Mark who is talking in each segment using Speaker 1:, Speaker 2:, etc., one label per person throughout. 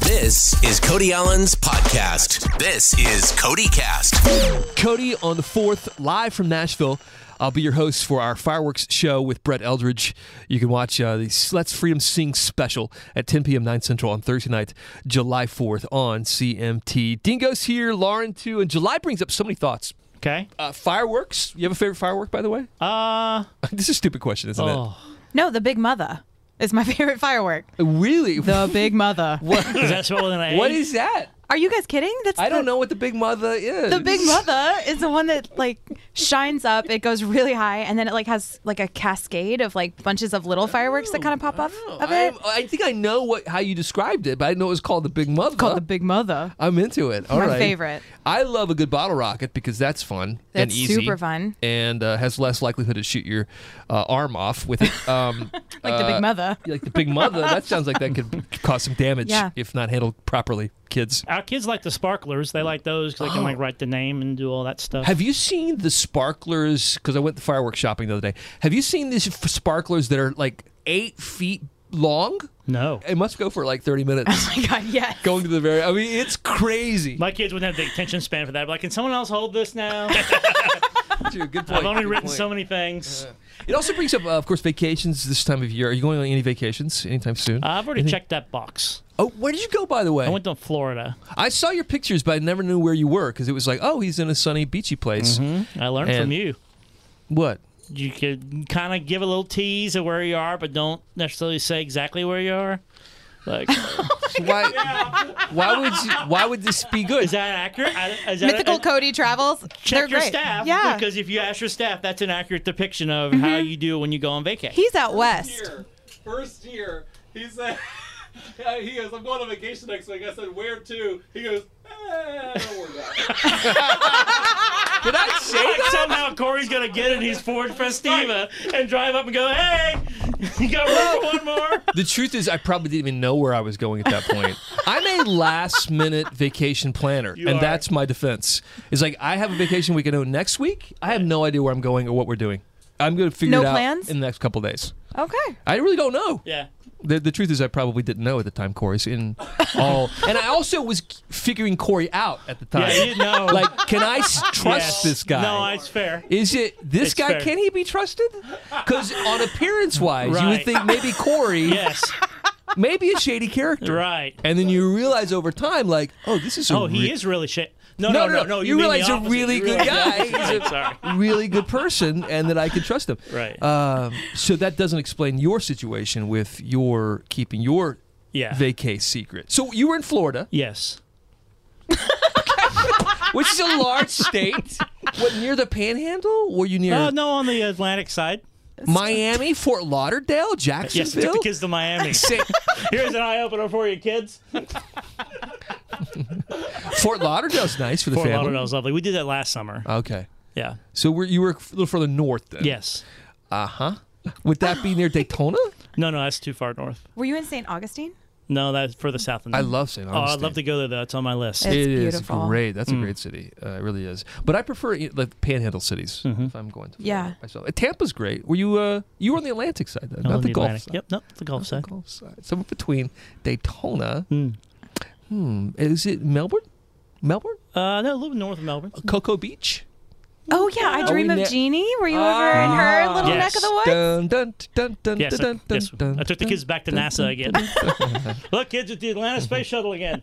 Speaker 1: This is Cody Allen's podcast. This is Cody Cast.
Speaker 2: Cody on the 4th, live from Nashville. I'll be your host for our fireworks show with Brett Eldridge. You can watch uh, the Let's Freedom Sing special at 10 p.m. 9 Central on Thursday night, July 4th on CMT. Dingo's here, Lauren too, and July brings up so many thoughts.
Speaker 3: Okay.
Speaker 2: Uh, fireworks. You have a favorite firework, by the way?
Speaker 3: Uh
Speaker 2: this is a stupid question, isn't
Speaker 3: oh.
Speaker 4: No, the Big Mother is my favorite firework.
Speaker 2: it? Really?
Speaker 4: The Big Mother.
Speaker 2: what,
Speaker 3: Is that spelled with an A?
Speaker 2: what is that?
Speaker 4: Are you guys kidding? That's
Speaker 2: I
Speaker 4: the,
Speaker 2: don't know what the Big Mother is.
Speaker 4: The Big Mother is the one that like shines up. It goes really high, and then it like has like a cascade of like bunches of little fireworks that kind of pop off
Speaker 2: Oh,
Speaker 4: of
Speaker 2: I,
Speaker 4: it.
Speaker 2: am- I think I know what how you described it, but I didn't know it was called the Big Mother.
Speaker 4: Called the Big Mother.
Speaker 2: I'm into it. All
Speaker 4: My
Speaker 2: right,
Speaker 4: favorite.
Speaker 2: I love a good bottle rocket because that's fun and
Speaker 4: That's
Speaker 2: easy.
Speaker 4: super fun.
Speaker 2: And uh, has less likelihood to shoot your uh, arm off with it. Um,
Speaker 4: Like the Big
Speaker 2: uh,
Speaker 4: Mother.
Speaker 2: Like the big mother. That sounds like that could cause some damage
Speaker 4: Yeah.
Speaker 2: if not handled properly, kids.
Speaker 3: Our kids like the sparklers. They like those because they can like write the name and do all that stuff.
Speaker 2: Oh. Have you seen the sparklers? Because I went to fireworks shopping the other day. Have you seen these f- sparklers that are like eight feet long?
Speaker 3: no.
Speaker 2: It must go for like 30 minutes.
Speaker 4: Oh my God, yes.
Speaker 2: going to the very, I mean, it's crazy.
Speaker 3: My kids wouldn't have the attention span for that. But like, can someone else hold this now?
Speaker 2: Dude, good point.
Speaker 3: I've only
Speaker 2: good
Speaker 3: written
Speaker 2: point. Uh-huh.
Speaker 3: so many things.
Speaker 2: It also brings up, uh, of course, vacations this time of year. Are you going on any vacations anytime soon?
Speaker 3: Uh, I've already checked that box.
Speaker 2: oh, where did you go, by the way?
Speaker 3: I went to Florida.
Speaker 2: I saw your pictures, but I never knew where you were because it was like, oh, he's in a sunny, beachy place.
Speaker 3: I learned
Speaker 2: And-
Speaker 3: from you.
Speaker 2: What?
Speaker 3: You could kind of give a little tease of where you are, but don't necessarily say exactly where you are. Like,
Speaker 2: Why? why would you, Why would this be good?
Speaker 3: is that accurate? I- Is that
Speaker 4: Mythical Cody travels.
Speaker 3: Check
Speaker 4: They're
Speaker 3: your
Speaker 4: great.
Speaker 3: staff.
Speaker 4: Yeah. Mm-hmm.
Speaker 3: Because if you ask your staff, that's an accurate depiction of how you do when you go on vacation.
Speaker 4: He's out west.
Speaker 5: year, first year, he said, he goes, I'm going on vacation next week. I said, where to? He goes, eh, don't worry about it.
Speaker 2: Did I say
Speaker 3: Like,
Speaker 2: that?
Speaker 3: somehow Corey's gonna get in his Ford Festiva and drive up and go, "Hey, you got room for one more?"
Speaker 2: The truth is, I probably didn't even know where I was going at that point. I'm a last minute vacation planner,
Speaker 3: You
Speaker 2: and
Speaker 3: are.
Speaker 2: that's my defense. It's like I have a vacation week I know next week. I have no idea where I'm going or what we're doing. I'm going to figure
Speaker 4: No
Speaker 2: it out
Speaker 4: plans?
Speaker 2: in the next couple days.
Speaker 4: Okay.
Speaker 2: I really don't know.
Speaker 3: Yeah.
Speaker 2: The, the truth is, I probably didn't know at the time, Corey. so In all, and I also was figuring Corey out at the time.
Speaker 3: Yeah, you didn't know.
Speaker 2: Like, can I s- trust
Speaker 3: Yes.
Speaker 2: this guy?
Speaker 3: No, it's fair.
Speaker 2: is it this
Speaker 3: It's
Speaker 2: guy?
Speaker 3: fair.
Speaker 2: Can he be trusted? Because on appearance-wise, you would
Speaker 3: Right.
Speaker 2: think maybe Corey,
Speaker 3: Yes.
Speaker 2: maybe a shady character,
Speaker 3: Right.
Speaker 2: And then you realize over time, like, oh, this is a
Speaker 3: Oh, he
Speaker 2: re-
Speaker 3: is really shit. No,
Speaker 2: No,
Speaker 3: no,
Speaker 2: no,
Speaker 3: no,
Speaker 2: no. You
Speaker 3: mean the
Speaker 2: realize you're
Speaker 3: opposite.
Speaker 2: really
Speaker 3: You
Speaker 2: good
Speaker 3: realize-
Speaker 2: guy.
Speaker 3: Yeah,
Speaker 2: He's a-
Speaker 3: Sorry.
Speaker 2: really good person, and that I can trust him.
Speaker 3: Right.
Speaker 2: Um, so that doesn't explain your situation with your keeping your
Speaker 3: Yeah.
Speaker 2: vacay secret. So you were in Florida.
Speaker 3: yes.
Speaker 2: which is a large state. What near the Panhandle? Were you near
Speaker 3: Oh no, on the Atlantic side.
Speaker 2: Miami, Fort Lauderdale,
Speaker 3: Yes,
Speaker 2: Jacksonville?
Speaker 3: took the kids to Miami.
Speaker 2: Say-
Speaker 3: Here's an eye opener for you, kids.
Speaker 2: Fort Lauderdale's nice for the
Speaker 3: Fort
Speaker 2: family.
Speaker 3: Lauderdale's lovely. We did that last summer.
Speaker 2: Okay,
Speaker 3: Yeah.
Speaker 2: so we're, you were a little further north then.
Speaker 3: Yes.
Speaker 2: Uh huh. Would that be near Daytona?
Speaker 3: No, no, that's too far north.
Speaker 4: Were you in St. Augustine?
Speaker 3: No, that's further south than
Speaker 2: I
Speaker 3: that.
Speaker 2: love St.
Speaker 3: Oh,
Speaker 2: Augustine.
Speaker 3: I'd love Mm. to go there. though. It's on my list.
Speaker 4: It's
Speaker 2: It is
Speaker 4: beautiful.
Speaker 2: great. That's a great city. Uh, it really is. But I prefer you know, like Panhandle cities
Speaker 3: Mm-hmm.
Speaker 2: if I'm going to Florida
Speaker 4: Yeah.
Speaker 2: myself. Uh, Tampa's great. Were you uh you were on the Atlantic side then,
Speaker 3: No,
Speaker 2: not
Speaker 3: on
Speaker 2: the, Gulf
Speaker 3: Atlantic.
Speaker 2: side.
Speaker 3: Yep, nope, the Gulf side.
Speaker 2: Gulf side. Somewhere between Daytona. Hmm. Is it Melbourne? Melbourne?
Speaker 3: Uh, no, a little bit north of Melbourne.
Speaker 2: Cocoa Beach?
Speaker 4: Oh yeah, I
Speaker 2: Are
Speaker 4: dream
Speaker 2: we
Speaker 4: of
Speaker 2: ne-
Speaker 4: Jeannie. Were you ever in her
Speaker 2: Ah.
Speaker 4: little
Speaker 3: Yes.
Speaker 4: neck of the woods?
Speaker 2: Dun, dun, dun, dun,
Speaker 3: Yes,
Speaker 2: dun,
Speaker 3: I,
Speaker 2: dun,
Speaker 3: yes.
Speaker 2: dun,
Speaker 3: I took the
Speaker 2: dun.
Speaker 3: kids back to NASA again. Look, kids, at the Atlanta Space Shuttle again.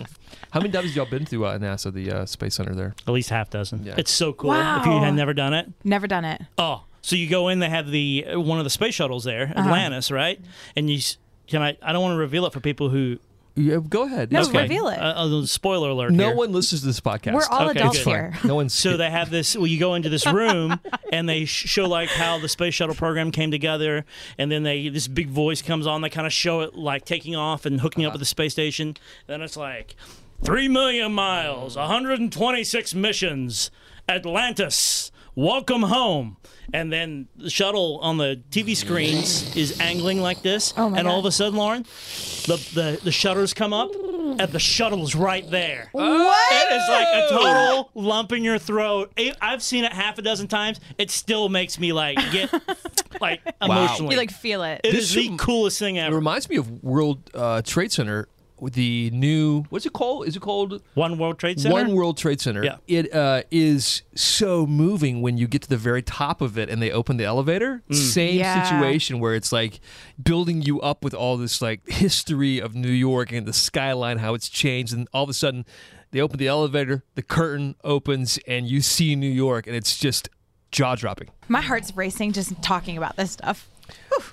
Speaker 2: How many times have y'all been through uh, NASA, the uh, space center there?
Speaker 3: At least half dozen.
Speaker 2: Yeah.
Speaker 3: It's so cool.
Speaker 4: Wow.
Speaker 3: If you had never done it,
Speaker 4: Never done it.
Speaker 3: oh, so you go in, they have the uh, one of the space shuttles there,
Speaker 2: Uh-huh.
Speaker 3: Atlantis, right? And you s- can I? I don't want to reveal it for people who.
Speaker 2: Yeah, go ahead.
Speaker 4: No,
Speaker 2: It's fine.
Speaker 4: reveal it.
Speaker 3: Uh, uh, spoiler alert.
Speaker 2: No
Speaker 3: here.
Speaker 2: one listens to this podcast.
Speaker 4: We're all
Speaker 3: Okay,
Speaker 4: adults
Speaker 3: good.
Speaker 4: here.
Speaker 2: No one's.
Speaker 3: So they have this. Well, you go into this room, and they sh- show like how the space shuttle program came together, and then they this big voice comes on. They kind of show it like taking off and hooking up
Speaker 4: Uh-huh.
Speaker 3: with the space station. Then it's like three million miles, 126 missions, Atlantis. Welcome home, and then the shuttle on the TV screens is angling like this,
Speaker 4: Oh my
Speaker 3: and all of
Speaker 4: God.
Speaker 3: a sudden, Lauren, the, the the shutters come up, and the shuttle's right there.
Speaker 4: What?
Speaker 3: It is like a total lump in your throat. It, I've seen it half a dozen times. It still makes me like get like emotionally.
Speaker 4: You like feel it.
Speaker 3: It
Speaker 2: This
Speaker 3: is the
Speaker 2: rem-
Speaker 3: coolest thing
Speaker 2: It
Speaker 3: ever.
Speaker 2: reminds me of World uh, Trade Center the new what's it called? Is it called
Speaker 3: One World Trade Center.
Speaker 2: One World Trade Center?
Speaker 3: Yeah.
Speaker 2: It uh, is so moving when you get to the very top of it and they open the elevator. Same
Speaker 4: Yeah.
Speaker 2: situation where it's like building you up with all this like history of New York and the skyline, how it's changed, and all of a sudden they open the elevator, the curtain opens, and you see New York, and it's just jaw dropping.
Speaker 4: My heart's racing just talking about this stuff.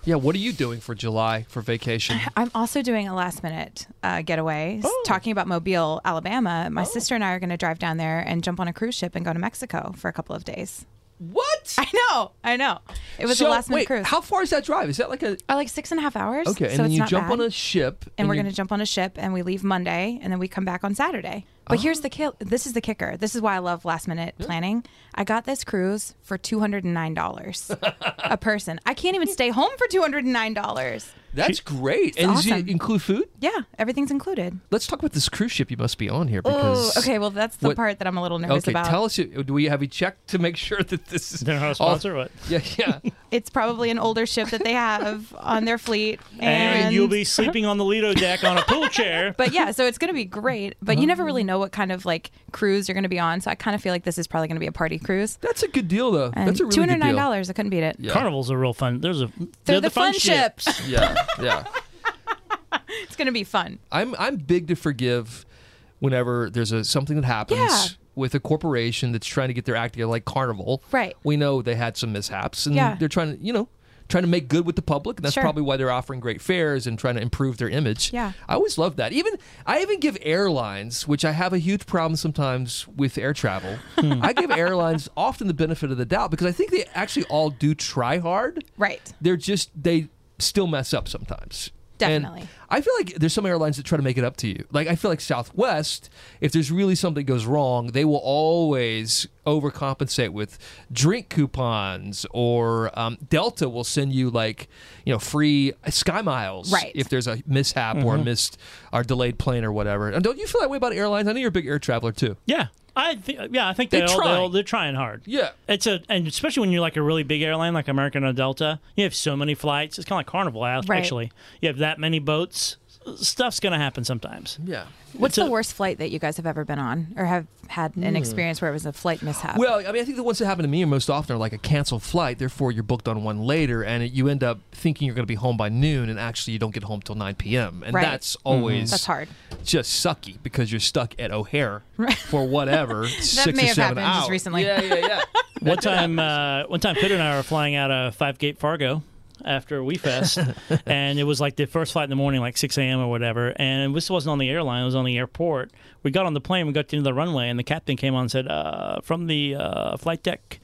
Speaker 2: Yeah, what are you doing for July for vacation?
Speaker 4: I'm also doing a last minute uh, getaway, s- talking about Mobile, Alabama. My sister and I are going to drive down there and jump on a cruise ship and go to Mexico for a couple of days.
Speaker 2: What?
Speaker 4: I know, I know. It was
Speaker 2: So,
Speaker 4: a last minute
Speaker 2: wait,
Speaker 4: cruise.
Speaker 2: How far is that drive? Is that like a
Speaker 4: Oh, like six and a half hours.
Speaker 2: okay? and
Speaker 4: so
Speaker 2: then
Speaker 4: it's
Speaker 2: you
Speaker 4: not
Speaker 2: jump
Speaker 4: bad.
Speaker 2: on a ship,
Speaker 4: and we're
Speaker 2: you-
Speaker 4: going to jump on a ship and we leave Monday and then we come back on Saturday. But here's the kill. This is the kicker. This is why I love last minute planning. I got this cruise for $209 a person. I can't even stay home for $209.
Speaker 2: That's great. And does
Speaker 4: awesome.
Speaker 2: it include food?
Speaker 4: Yeah, everything's included.
Speaker 2: Let's talk about this cruise ship you must be on here
Speaker 4: Oh,
Speaker 2: because
Speaker 4: okay. Well, that's the
Speaker 2: what-
Speaker 4: part that I'm a little nervous
Speaker 2: Okay,
Speaker 4: about.
Speaker 2: tell us. Do we have you checked to make sure that this is
Speaker 3: They're not a
Speaker 2: all-
Speaker 3: sponsor, what?
Speaker 2: Yeah, yeah.
Speaker 4: it's probably an older ship that they have on their fleet.
Speaker 3: And, you'll be sleeping on the Lido deck on a pool chair.
Speaker 4: But yeah, so it's going to be great. But you never
Speaker 2: Uh-huh.
Speaker 4: really know what kind of like cruise you're going to be on. So I kind of feel like this is probably going to be a party cruise.
Speaker 2: That's a good deal though.
Speaker 4: And
Speaker 2: That's a really
Speaker 4: Uh, two hundred nine
Speaker 2: good deal.
Speaker 4: dollars. I couldn't beat it.
Speaker 2: Yeah.
Speaker 3: Carnival's a real fun. There's a they're,
Speaker 4: They're, the, fun, ships.
Speaker 2: Yeah, yeah.
Speaker 4: it's gonna be fun.
Speaker 2: I'm I'm big to forgive whenever there's a something that happens
Speaker 4: Yeah.
Speaker 2: with a corporation that's trying to get their act together, like Carnival.
Speaker 4: Right.
Speaker 2: We know they had some mishaps, and
Speaker 4: Yeah.
Speaker 2: they're trying to you know trying to make good with the public, and that's
Speaker 4: Sure.
Speaker 2: probably why they're offering great fares and trying to improve their image.
Speaker 4: Yeah.
Speaker 2: I always love that. Even I even give airlines, which I have a huge problem sometimes with air travel.
Speaker 4: Hmm.
Speaker 2: I give airlines often the benefit of the doubt because I think they actually all do try hard
Speaker 4: Right.
Speaker 2: they're just they still mess up sometimes. And
Speaker 4: Definitely.
Speaker 2: I feel like there's some airlines that try to make it up to you. Like I feel like Southwest, if there's really something goes wrong, they will always overcompensate with drink coupons or um, Delta will send you like you know free sky miles
Speaker 4: Right.
Speaker 2: if there's a mishap or a missed or delayed plane or whatever. And don't you feel that way about airlines? I know you're a big air traveler too.
Speaker 3: Yeah, I think yeah, I think
Speaker 2: They
Speaker 3: they, all,
Speaker 2: try.
Speaker 3: they all, they're trying hard.
Speaker 2: Yeah.
Speaker 3: It's a and especially when you're like a really big airline like American or Delta, you have so many flights. It's kind of like Carnival a-
Speaker 4: Right.
Speaker 3: actually. You have that many boats. Stuff's gonna happen sometimes.
Speaker 2: Yeah.
Speaker 4: What's
Speaker 3: It's
Speaker 4: the
Speaker 3: a-
Speaker 4: worst flight that you guys have ever been on or have had an experience where it was a flight mishap?
Speaker 2: Hmm. Well, I mean, I think the ones that happen to me most often are like a canceled flight. Therefore, you're booked on one later, and you end up thinking you're going to be home by noon, and actually you don't get home till 9 p.m. And
Speaker 4: Right.
Speaker 2: that's always
Speaker 4: That's hard.
Speaker 2: Just sucky because you're stuck at O'Hare for whatever six
Speaker 4: may
Speaker 2: or
Speaker 4: have
Speaker 2: seven
Speaker 4: happened just
Speaker 2: hours.
Speaker 4: recently.
Speaker 2: Yeah, yeah, yeah.
Speaker 3: One time, uh, one time, Peter and I were flying out of Five Gate Fargo after We Fest, and it was like the first flight in the morning, like 6 a.m. or whatever. And this wasn't on the airline; it was on the airport. We got on the plane, we got to the runway, and the captain came on and said, uh, "From the uh, flight deck,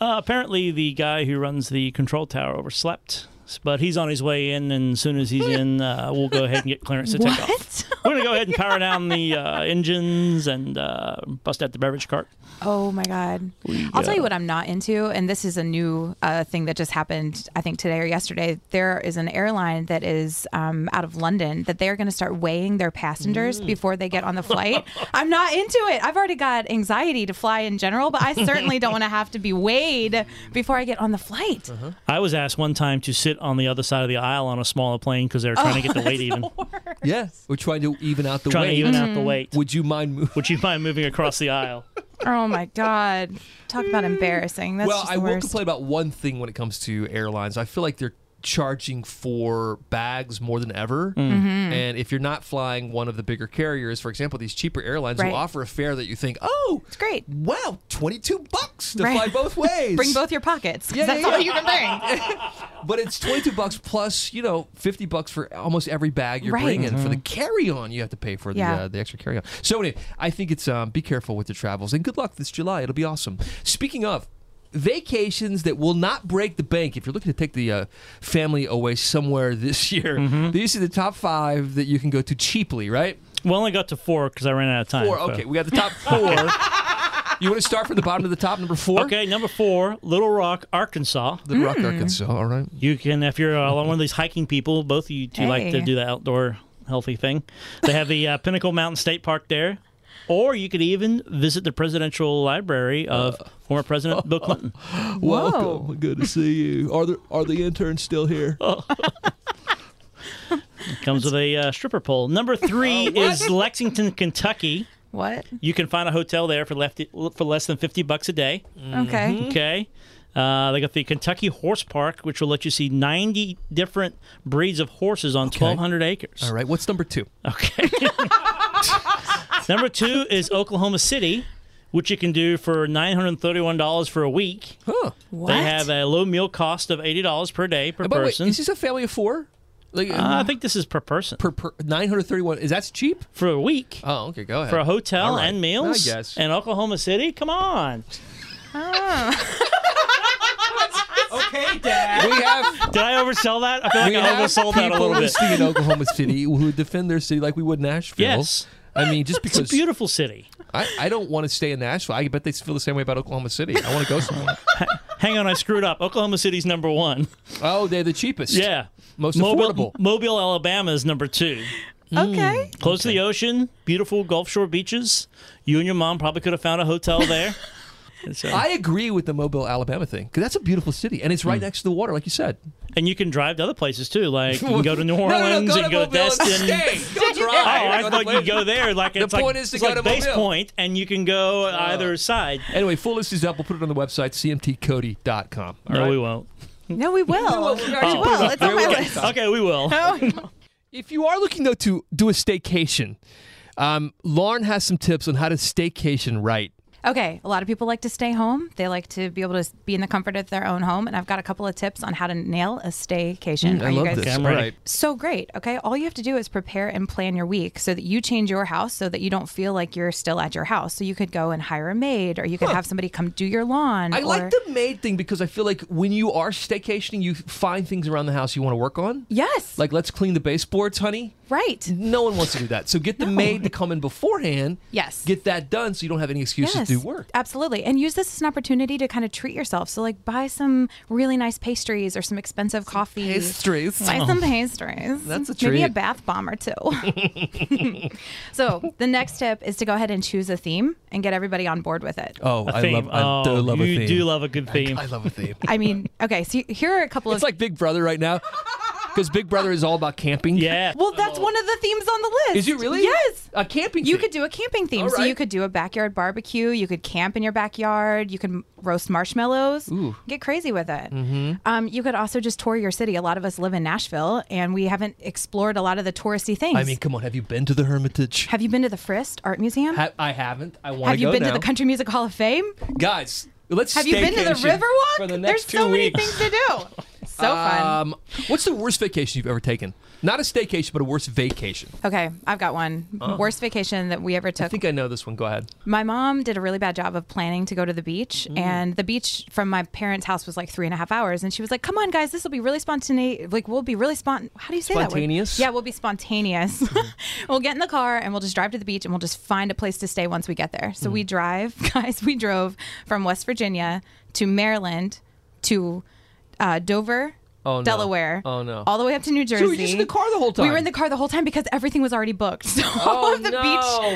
Speaker 3: uh, apparently the guy who runs the control tower overslept." But he's on his way in, and as soon as he's in, uh, we'll go ahead and get clearance to take
Speaker 4: What?
Speaker 3: off. We're gonna go ahead and power down the uh, engines and uh, bust out the beverage cart.
Speaker 4: Oh my god. I'll tell you what I'm not into, and this is a new uh, thing that just happened. I think today or yesterday. There is an airline that is um, out of London that they are going to start weighing their
Speaker 2: Mm.
Speaker 4: passengers before they get on the flight. I'm not into it. I've already got anxiety to fly in general, but I certainly don't want to have to be weighed before I get on the flight.
Speaker 2: Uh-huh.
Speaker 3: I was asked one time to sit on the other side of the aisle on a smaller plane because they were trying to get the weight even,
Speaker 2: yeah. We're trying to even out the
Speaker 3: trying
Speaker 2: weight.
Speaker 3: to even out the weight. Would,
Speaker 2: Would you mind moving?
Speaker 3: you mind moving across the aisle?
Speaker 4: Oh my god! Talk about embarrassing. That's
Speaker 2: well,
Speaker 4: just
Speaker 2: I
Speaker 4: the
Speaker 2: will
Speaker 4: worst.
Speaker 2: complain about one thing when it comes to airlines. I feel like they're charging for bags more than ever.
Speaker 4: Mm-hmm.
Speaker 2: And if you're not flying one of the bigger carriers, for example, these cheaper airlines
Speaker 4: Right.
Speaker 2: will offer a fare that you think, oh, it's
Speaker 4: great.
Speaker 2: Wow, 22 bucks to
Speaker 4: Right.
Speaker 2: fly both ways.
Speaker 4: Bring both your pockets. 'cause
Speaker 2: Yeah,
Speaker 4: that's
Speaker 2: yeah,
Speaker 4: all
Speaker 2: yeah.
Speaker 4: you're comparing.
Speaker 2: But it's 22 bucks plus, you know, 50 bucks for almost every bag you're
Speaker 4: Right.
Speaker 2: bringing. For the
Speaker 3: Mm-hmm.
Speaker 2: carry on, you have to pay for
Speaker 4: Yeah.
Speaker 2: the, uh, the extra carry on. So, anyway, I think it's um, be careful with your travels and good luck this July. It'll be awesome. Speaking of vacations that will not break the bank, if you're looking to take the uh, family away somewhere this year,
Speaker 3: Mm-hmm.
Speaker 2: these are the top five that you can go to cheaply, right?
Speaker 3: We only got to four because I ran out of time.
Speaker 2: Four.
Speaker 3: so-
Speaker 2: Okay, we got the top four. you want to start from the bottom to the top, number four?
Speaker 3: Okay, number four, Little Rock, Arkansas.
Speaker 2: Little
Speaker 4: Hmm.
Speaker 2: Rock, Arkansas. All right.
Speaker 3: You can, if you're uh, one of these hiking people, both of you two like to
Speaker 4: Hey.
Speaker 3: do the outdoor healthy thing. They have the uh, Pinnacle Mountain State Park there. Or you could even visit the presidential library of
Speaker 2: Uh.
Speaker 3: former President Bill Clinton.
Speaker 2: Welcome. Good to see you. Are the are the interns still here?
Speaker 3: Comes with a uh, stripper pole. Number three is Lexington, Kentucky.
Speaker 4: What?
Speaker 3: You can find a hotel there for left for less than fifty bucks a day.
Speaker 2: Mm-hmm.
Speaker 4: Okay.
Speaker 3: Okay. Uh, they got the Kentucky Horse Park, which will let you see 90 different breeds of horses on 1,200 acres.
Speaker 2: All right, what's number two?
Speaker 3: Okay. Number two is Oklahoma City, which you can do for $931 for a week.
Speaker 2: Huh.
Speaker 4: What?
Speaker 3: They have a low meal cost of $80 per day per
Speaker 2: By the way,
Speaker 3: person.
Speaker 2: is this a family of four? Like um,
Speaker 3: Uh, I think this is per person
Speaker 2: per, per nine hundred thirty-one. Is that's cheap?
Speaker 3: for a week.
Speaker 2: Oh, okay, go ahead.
Speaker 3: for a hotel
Speaker 2: All right.
Speaker 3: and meals
Speaker 2: I guess.
Speaker 3: in Oklahoma City? Come on.
Speaker 5: Okay, Dad.
Speaker 2: we have
Speaker 3: Did I oversell that? I feel
Speaker 2: we
Speaker 3: like I
Speaker 2: have people
Speaker 3: oversold that a little bit.
Speaker 2: listening in Oklahoma City who defend their city like we would Nashville.
Speaker 3: Yes.
Speaker 2: I mean, just
Speaker 3: It's a
Speaker 2: because
Speaker 3: beautiful city.
Speaker 2: I, I don't want to stay in Nashville. I bet they feel the same way about Oklahoma City. I want to go somewhere.
Speaker 3: Hang on, I screwed up. Oklahoma City's number one.
Speaker 2: oh, they're the cheapest.
Speaker 3: Yeah.
Speaker 2: Most
Speaker 3: Mobile,
Speaker 2: affordable.
Speaker 3: Mobile, Alabama is number two.
Speaker 2: Mm.
Speaker 4: Okay.
Speaker 3: Close to the ocean, beautiful Gulf Shore beaches. You and your mom probably could have found a hotel there. uh, and, so-
Speaker 2: I agree with the Mobile, Alabama thing because that's a beautiful city and it's
Speaker 3: Hmm.
Speaker 2: right next to the water, like you said.
Speaker 3: and you can drive to other places too. Like you can go to New Orleans
Speaker 2: no, no,
Speaker 3: and go to
Speaker 2: Mobile and
Speaker 3: Destin.
Speaker 2: stay. Go drive.
Speaker 3: Oh, I
Speaker 2: Go to
Speaker 3: thought
Speaker 2: Mobile.
Speaker 3: you go there. Like it's
Speaker 2: point
Speaker 3: like,
Speaker 2: is to
Speaker 3: it's
Speaker 2: go
Speaker 3: like
Speaker 2: to
Speaker 3: base
Speaker 2: Mobile.
Speaker 3: point, and you can go either side.
Speaker 2: Anyway, full list is up. We'll put it on the website, cmtcody.com. All
Speaker 3: no,
Speaker 2: right?
Speaker 3: we won't.
Speaker 4: No, we will. we will. It's on my list.
Speaker 3: Okay, we will.
Speaker 2: If you are looking though to do a staycation, um, Lauren has some tips on how to staycation right.
Speaker 4: Okay, a lot of people like to stay home. They like to be able to be in the comfort of their own home, and I've got a couple of tips on how to nail a staycation. Are
Speaker 2: Mm, I
Speaker 4: you
Speaker 2: love
Speaker 4: guys
Speaker 2: this.
Speaker 3: I'm
Speaker 2: All
Speaker 3: ready.
Speaker 2: right.
Speaker 4: so great. Okay. All you have to do is prepare and plan your week so that you change your house so that you don't feel like you're still at your house. So you could go and hire a maid or you could have somebody come do your lawn.
Speaker 2: I
Speaker 4: or,
Speaker 2: like the maid thing because I feel like when you are staycationing, you find things around the house you want to work on.
Speaker 4: Yes.
Speaker 2: Like, let's clean the baseboards, honey.
Speaker 4: right.
Speaker 2: No one wants to do that. So get the maid to come in beforehand.
Speaker 4: Yes.
Speaker 2: Get that done so you don't have any excuses to do work.
Speaker 4: Absolutely. And use this as an opportunity to kind of treat yourself. So like buy some really nice pastries or some expensive coffee.
Speaker 2: Pastries. Oh.
Speaker 4: Buy some pastries.
Speaker 2: That's a
Speaker 4: Maybe a
Speaker 2: treat.
Speaker 4: bath bomb or two. so the next tip is to go ahead and choose a theme and get everybody on board with it.
Speaker 2: Oh,
Speaker 3: A
Speaker 2: I
Speaker 3: theme.
Speaker 2: love I
Speaker 3: oh,
Speaker 2: do love a
Speaker 3: you
Speaker 2: theme.
Speaker 3: do love a good theme.
Speaker 2: I love a theme.
Speaker 4: I mean, okay, so here are a couple
Speaker 2: it's
Speaker 4: of
Speaker 2: like Big Brother right now because Big Brother is all about camping.
Speaker 3: yeah.
Speaker 4: Well, that's one of the themes on the list.
Speaker 2: Is it really?
Speaker 4: Yes.
Speaker 2: A camping
Speaker 4: You
Speaker 2: theme.
Speaker 4: could do a camping theme.
Speaker 2: All
Speaker 4: So you
Speaker 2: right.
Speaker 4: could do a backyard barbecue. You could camp in your backyard. You could roast marshmallows. Get crazy with it.
Speaker 2: Mm-hmm.
Speaker 4: Um, you could also just tour your city. A lot of us live in Nashville, and we haven't explored a lot of the touristy things.
Speaker 2: I mean, come on. Have you been to the Hermitage?
Speaker 4: have you been to the Frist Art Museum?
Speaker 2: Ha- I haven't. I want
Speaker 4: Have
Speaker 2: to
Speaker 4: you
Speaker 2: go
Speaker 4: been
Speaker 2: now.
Speaker 4: to the Country Music Hall of Fame?
Speaker 2: Guys, let's
Speaker 4: Have you been to the
Speaker 2: staycation
Speaker 4: Riverwalk?
Speaker 2: for the
Speaker 4: There's
Speaker 2: next two
Speaker 4: so many
Speaker 2: weeks.
Speaker 4: things to do. So fun.
Speaker 2: Um, what's the worst vacation you've ever taken? Not a staycation, but a worst vacation.
Speaker 4: Okay, I've got one.
Speaker 2: uh-huh.
Speaker 4: Worst vacation that we ever took.
Speaker 2: I think I know this one. Go ahead.
Speaker 4: My mom did a really bad job of planning to go to the beach,
Speaker 2: Mm.
Speaker 4: and the beach from my parents' house was like three and a half hours. And she was like, "Come on, guys, this will be really spontaneous. Like, we'll be really spont. How do you say that? word?
Speaker 2: Spontaneous? Mm-hmm.
Speaker 4: Yeah, we'll be spontaneous. we'll get in the car and we'll just drive to the beach, and we'll just find a place to stay once we get there. So
Speaker 2: Mm.
Speaker 4: we drive, guys. We drove from West Virginia to Maryland to uh, Dover.
Speaker 2: Oh, no.
Speaker 4: Delaware.
Speaker 2: Oh, no.
Speaker 4: All the way up to New Jersey.
Speaker 2: you were just in the car the whole
Speaker 4: We were
Speaker 2: time.
Speaker 4: in the car the whole time because everything was already booked. So all
Speaker 2: Oh,
Speaker 4: of the
Speaker 2: no.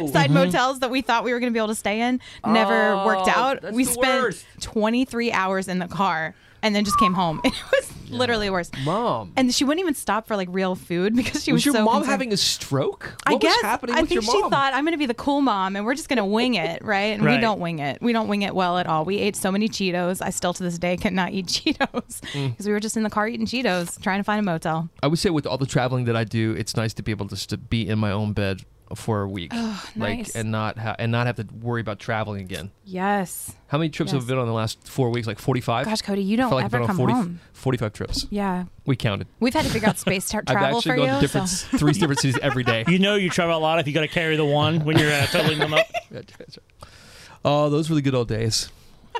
Speaker 4: beach side motels that we thought we were going to be able to stay in never
Speaker 2: Oh,
Speaker 4: worked out.
Speaker 2: that's
Speaker 4: we
Speaker 2: the
Speaker 4: spent
Speaker 2: worst.
Speaker 4: 23 hours in the car and then just came home. It was literally the worst.
Speaker 2: Mom.
Speaker 4: And she wouldn't even stop for like real food because she was,
Speaker 2: Was your
Speaker 4: so
Speaker 2: mom
Speaker 4: concerned.
Speaker 2: having a stroke?
Speaker 4: I
Speaker 2: What
Speaker 4: guess
Speaker 2: was happening
Speaker 4: I
Speaker 2: with
Speaker 4: think
Speaker 2: your
Speaker 4: she
Speaker 2: mom?
Speaker 4: thought I'm going to be the cool mom and we're just going to wing it, right? And we
Speaker 3: Right.
Speaker 4: don't wing it. We don't wing it well at all. We ate so many Cheetos. I still to this day cannot eat Cheetos
Speaker 2: Mm.
Speaker 4: because we were just in the car eating Cheetos trying to find a motel.
Speaker 2: I would say with all the traveling that I do, it's nice to be able just to be in my own bed for a week, like
Speaker 4: nice.
Speaker 2: and not ha- and not have to worry about traveling again.
Speaker 4: Yes.
Speaker 2: How many trips have we
Speaker 4: Yes.
Speaker 2: been on in the last four weeks? Like forty-five.
Speaker 4: Gosh, Cody, you don't
Speaker 2: Felt like I've been
Speaker 4: ever
Speaker 2: on
Speaker 4: come
Speaker 2: 40
Speaker 4: home.
Speaker 2: Forty-five trips.
Speaker 4: Yeah.
Speaker 2: We counted.
Speaker 4: We've had to figure out space tra-
Speaker 2: I've
Speaker 4: travel
Speaker 2: actually
Speaker 4: for
Speaker 2: gone to
Speaker 4: you.
Speaker 2: different
Speaker 4: So.
Speaker 2: three different cities every day.
Speaker 3: You know you travel a lot if you got to carry the one when you're uh, totaling them up.
Speaker 2: Oh, those were the good old days.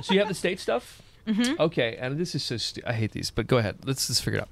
Speaker 2: So you have the state stuff. Mm-hmm. Okay, and this is so stu- I hate these, but go ahead. Let's just figure it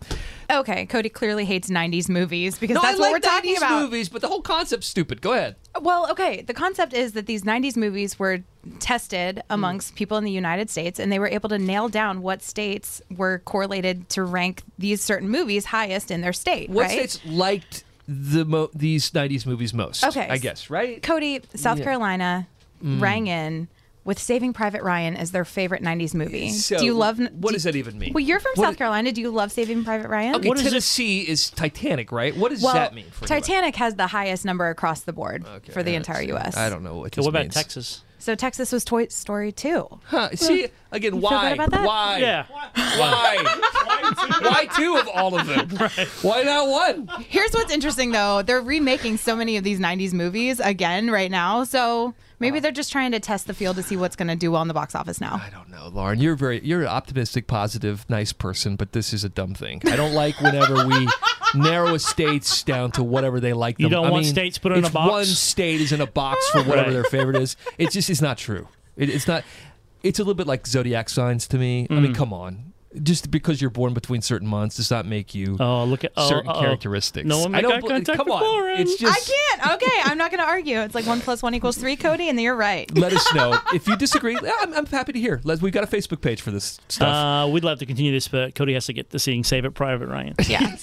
Speaker 2: out.
Speaker 4: Okay, Cody clearly hates 90s movies because that's what we're talking about.
Speaker 2: movies, but the whole concept's stupid. Go ahead.
Speaker 4: Well, okay, the concept is that these 90s movies were
Speaker 2: Mm.
Speaker 4: tested amongst people in the United States and they were able to nail down what states were correlated to rank these certain movies highest in their state,
Speaker 2: What
Speaker 4: right?
Speaker 2: states liked the mo- these '90s movies most?
Speaker 4: Okay.
Speaker 2: I guess right. Mm.
Speaker 4: Cody, South Carolina rang in with Saving Private Ryan as their favorite 90s movie.
Speaker 2: So,
Speaker 4: do you love
Speaker 2: what
Speaker 4: do-
Speaker 2: does that even mean?
Speaker 4: Well, you're from
Speaker 2: What
Speaker 4: South
Speaker 2: i-
Speaker 4: Carolina. Do you love Saving Private Ryan?
Speaker 2: Okay,
Speaker 3: What is it-
Speaker 2: Tennessee is Titanic, right? What does
Speaker 4: Well,
Speaker 2: that mean? For anybody?
Speaker 4: Titanic has the highest number across the board
Speaker 2: Okay,
Speaker 4: for the
Speaker 2: I
Speaker 4: entire
Speaker 2: see.
Speaker 4: U.S.
Speaker 2: I don't know what.
Speaker 3: What
Speaker 2: this
Speaker 3: about
Speaker 2: means.
Speaker 3: Texas?
Speaker 4: So Texas was Toy Story 2.
Speaker 2: Huh, see again,
Speaker 4: feel
Speaker 2: why?
Speaker 4: good about that?
Speaker 2: Why?
Speaker 3: Yeah.
Speaker 2: Why? why two of all of them? Why not one?
Speaker 4: Here's what's interesting though. They're remaking so many of these 90s movies again right now. So maybe they're just trying to test the field to see what's going to do well in the box office now.
Speaker 2: I don't know, Lauren. You're very you're an optimistic, positive, nice person, but this is a dumb thing. I don't like whenever we narrow estates down to whatever they like. Them.
Speaker 3: You don't
Speaker 2: I
Speaker 3: want
Speaker 2: mean,
Speaker 3: states put in
Speaker 2: if
Speaker 3: a box?
Speaker 2: One state is in a box for whatever
Speaker 3: Right.
Speaker 2: their favorite is. It's just it's not true. It, it's not. It's a little bit like zodiac signs to me. I
Speaker 3: Mm.
Speaker 2: mean, come on. Just because you're born between certain months does not make you
Speaker 3: Oh, look at oh,
Speaker 2: certain
Speaker 3: uh-oh.
Speaker 2: characteristics.
Speaker 3: No one
Speaker 2: I
Speaker 3: make
Speaker 2: don't
Speaker 3: eye
Speaker 2: bel-
Speaker 3: contact
Speaker 2: Come
Speaker 3: with
Speaker 2: on,
Speaker 3: Lauren.
Speaker 2: it's just.
Speaker 4: I can't. Okay, I'm not going to argue. It's like one plus one equals three, Cody, and then you're right.
Speaker 2: Let us know if you disagree. I'm, I'm happy to hear. Let, we've got a Facebook page for this stuff.
Speaker 3: Uh, we'd love to continue this, but Cody has to get to seeing Save It Private Ryan.
Speaker 4: Yeah.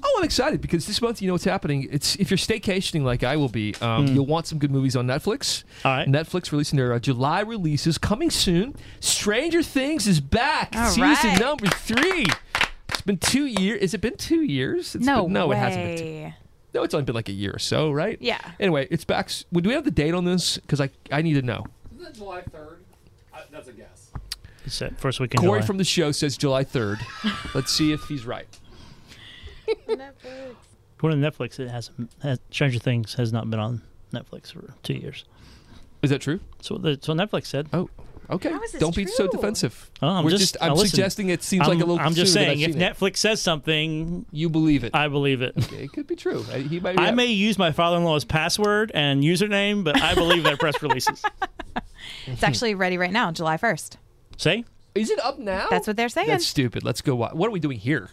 Speaker 2: Oh, I'm excited because this month, you know what's happening. It's if you're staycationing like I will be, um, you'll want some good movies on Netflix.
Speaker 3: Hmm. All right.
Speaker 2: Netflix releasing their uh, July releases coming soon. Stranger Things is back,
Speaker 4: All
Speaker 2: season
Speaker 4: right.
Speaker 2: number three. It's been two years. Is it been two years? It's
Speaker 4: No,
Speaker 2: been- no,
Speaker 4: way.
Speaker 2: it hasn't been. Two. No, it's only been like a year or so, right?
Speaker 4: Yeah.
Speaker 2: Anyway, it's back. s- well, Do we have the date on this? Because I I need to know.
Speaker 5: Isn't that July 3rd? I, that's a guess.
Speaker 3: It's that first weekend.
Speaker 2: Corey from the show says July 3rd. Let's see if he's right.
Speaker 3: according to Netflix, it has, has Stranger Things has not been on Netflix for two years.
Speaker 2: Is that true?
Speaker 3: So that's what Netflix said.
Speaker 2: Oh, okay.
Speaker 4: How is this
Speaker 2: Don't be so
Speaker 4: true?
Speaker 2: defensive.
Speaker 3: Oh, I'm
Speaker 2: We're
Speaker 3: just-
Speaker 2: I'm
Speaker 3: now listen.
Speaker 2: suggesting it seems
Speaker 3: I'm,
Speaker 2: like a little.
Speaker 3: I'm just
Speaker 2: sooner than
Speaker 3: saying,
Speaker 2: I've
Speaker 3: if
Speaker 2: seen it.
Speaker 3: Netflix says something,
Speaker 2: you believe it,
Speaker 3: I believe it.
Speaker 2: it could be true. I- He might.
Speaker 3: I may use my father-in-law's password and username, but I believe their press releases.
Speaker 4: It's actually ready right now, July 1st.
Speaker 3: See,
Speaker 2: Is it up now?
Speaker 4: That's what they're saying.
Speaker 2: That's stupid. Let's go. Watch. What are we doing here?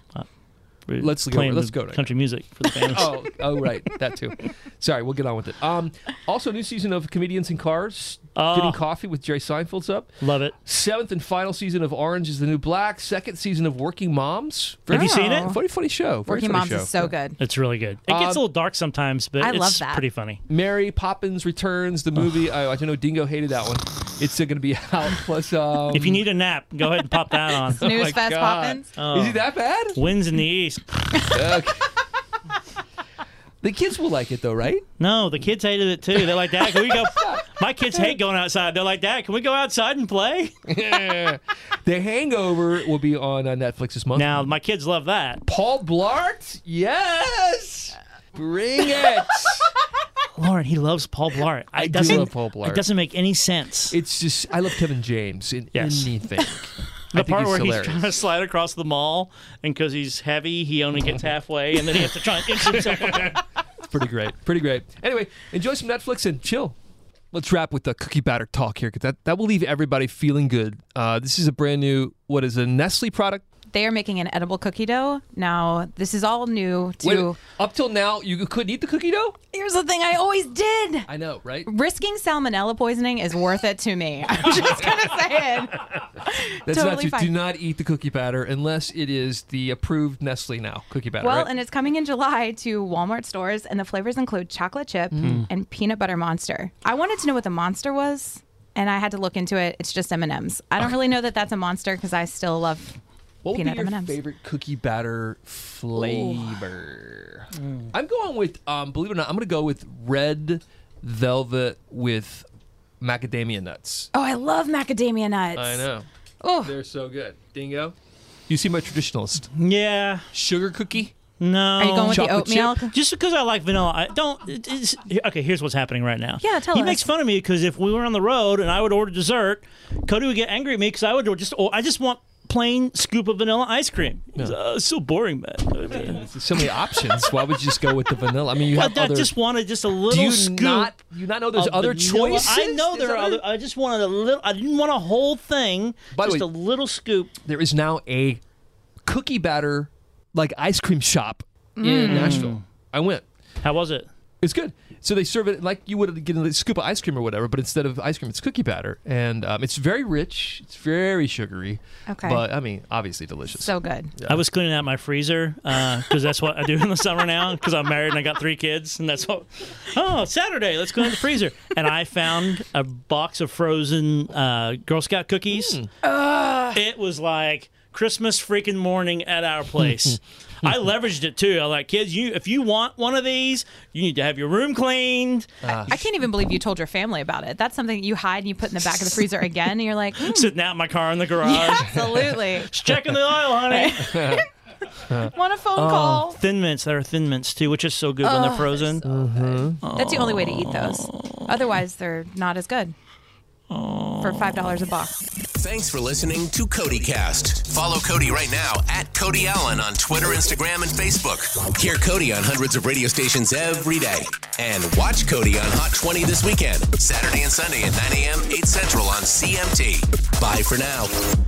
Speaker 3: We're
Speaker 2: Let's go-
Speaker 3: playing
Speaker 2: let's
Speaker 3: the
Speaker 2: go right now.
Speaker 3: country music for the fans.
Speaker 2: Oh, oh, right, that too. Sorry, we'll get on with it. Um, also, new season of Comedians in Cars,
Speaker 3: Oh.
Speaker 2: getting coffee with Jerry Seinfeld's up.
Speaker 3: Love it.
Speaker 2: Seventh and final season of Orange is the New Black. Second season of Working Moms. Very
Speaker 3: Have you seen
Speaker 4: Oh.
Speaker 3: it?
Speaker 2: Very funny show. Very
Speaker 4: Working
Speaker 2: funny
Speaker 4: Moms
Speaker 2: show.
Speaker 4: is so good.
Speaker 3: It's really good. It
Speaker 2: Uh,
Speaker 3: gets a little dark sometimes, but
Speaker 4: I
Speaker 3: it's
Speaker 4: love that.
Speaker 3: pretty funny.
Speaker 2: Mary Poppins Returns, the movie. I, I don't know. Dingo hated that one. It's going to be out. Plus, um,
Speaker 3: If you need a nap, go ahead and pop that on. Oh.
Speaker 4: News
Speaker 2: Oh my
Speaker 4: Fest
Speaker 2: God.
Speaker 4: Poppins.
Speaker 2: is he that bad?
Speaker 3: Winds in the east.
Speaker 2: Okay. the kids will like it though, right?
Speaker 3: No, the kids hated it too. They're like, Dad, can we go? My kids hate going outside. They're like, Dad, can we go outside and play?
Speaker 2: The Hangover will be on uh, Netflix this month.
Speaker 3: Now, my kids love that.
Speaker 2: Paul Blart, yes, bring it.
Speaker 3: Lauren, he loves Paul Blart. It
Speaker 2: I do
Speaker 3: doesn't-
Speaker 2: love Paul Blart.
Speaker 3: It doesn't make any sense.
Speaker 2: it's just I love Kevin James in
Speaker 3: Yes.
Speaker 2: anything.
Speaker 3: the
Speaker 2: I think
Speaker 3: part
Speaker 2: he's
Speaker 3: where
Speaker 2: hilarious.
Speaker 3: he's trying to slide across the mall, and because he's heavy, he only gets halfway, and then he has to try and inch himself.
Speaker 2: It's pretty great, pretty great. Anyway, enjoy some Netflix and chill. Let's wrap with the cookie batter talk here, because that, that will leave everybody feeling good. Uh, this is a brand new, what is it, a Nestle product?
Speaker 4: They are making an edible cookie dough. Now, this is all new
Speaker 2: Wait,
Speaker 4: to.
Speaker 2: up till now, you couldn't eat the cookie dough?
Speaker 4: Here's the thing I always did.
Speaker 2: I know, right?
Speaker 4: risking salmonella poisoning is worth it to me. I'm just gonna say it.
Speaker 2: That's
Speaker 4: Totally
Speaker 2: not true.
Speaker 4: fine.
Speaker 2: Do not eat the cookie batter unless it is the approved Nestle now cookie batter.
Speaker 4: Well,
Speaker 2: right?
Speaker 4: and it's coming in July to Walmart stores, and the flavors include chocolate chip and peanut butter monster. I wanted to know what the monster was, and I had to look into it. It's just M and M's. I don't really know that that's a monster because I still love.
Speaker 2: what would be
Speaker 4: peanut
Speaker 2: your
Speaker 4: M&Ms.
Speaker 2: favorite cookie batter flavor? I'm going with, um, believe it or not, I'm going to go with red velvet with macadamia nuts.
Speaker 4: Oh, I love macadamia nuts.
Speaker 2: I know.
Speaker 4: Oh,
Speaker 2: They're so good. Dingo? You seem a traditionalist.
Speaker 3: yeah,
Speaker 2: Sugar cookie?
Speaker 3: no.
Speaker 4: are you going with
Speaker 2: Chocolate
Speaker 4: the oatmeal?
Speaker 2: chip?
Speaker 3: Just because I like vanilla, I don't. It, it's, okay, here's what's happening right now.
Speaker 4: Yeah, tell
Speaker 3: he
Speaker 4: us.
Speaker 3: makes fun of me because if we were on the road and I would order dessert, Cody would get angry at me because I would just. Oh, I just want plain scoop of vanilla ice cream. He's, "Uh, it's so boring, man.
Speaker 2: There's so many options. Why would you just go with the vanilla? I mean, you
Speaker 3: I
Speaker 2: have other.
Speaker 3: just wanted just a little
Speaker 2: do you
Speaker 3: scoop.
Speaker 2: not? You not know there's
Speaker 3: of
Speaker 2: other
Speaker 3: vanilla-
Speaker 2: choices?
Speaker 3: I know
Speaker 2: There's
Speaker 3: there are other. I just wanted a little. I didn't want a whole thing.
Speaker 2: By the
Speaker 3: just
Speaker 2: way-
Speaker 3: a little scoop.
Speaker 2: there is now a cookie
Speaker 3: Mm.
Speaker 2: batter like ice cream shop in Nashville. I went.
Speaker 3: How was it?
Speaker 2: It's good. So they serve it like you would get a scoop of ice cream or whatever, but instead of ice cream, it's cookie batter, and um, it's very rich. It's very sugary.
Speaker 4: Okay.
Speaker 2: But I mean, obviously delicious.
Speaker 4: So good.
Speaker 3: I was cleaning out my freezer because that's what I do in the summer now because I'm married and I got three kids and that's what. Oh, Saturday, let's clean out the freezer. And I found a box of frozen uh, Girl Scout cookies. It was like Christmas freaking morning at our place. I leveraged it too. I like kids. You, if you want one of these, you need to have your room cleaned.
Speaker 4: I can't even believe you told your family about it. That's something you hide and you put in the back of the freezer again, and you're like, hmm,
Speaker 3: Sitting out in my car in the garage,
Speaker 4: absolutely.
Speaker 3: just checking the oil, honey.
Speaker 4: Want a phone call?
Speaker 3: Thin mints. There are thin mints too, which is so good when they're frozen.
Speaker 4: That's the only way to eat those. Otherwise, they're not as good. For five dollars a box.
Speaker 1: Thanks for listening to CodyCast. Follow Cody right now at Cody Allen on Twitter, Instagram, and Facebook. Hear Cody on hundreds of radio stations every day. And watch Cody on Hot 20 this weekend, Saturday and Sunday at 9 a.m., 8 Central on CMT. Bye for now.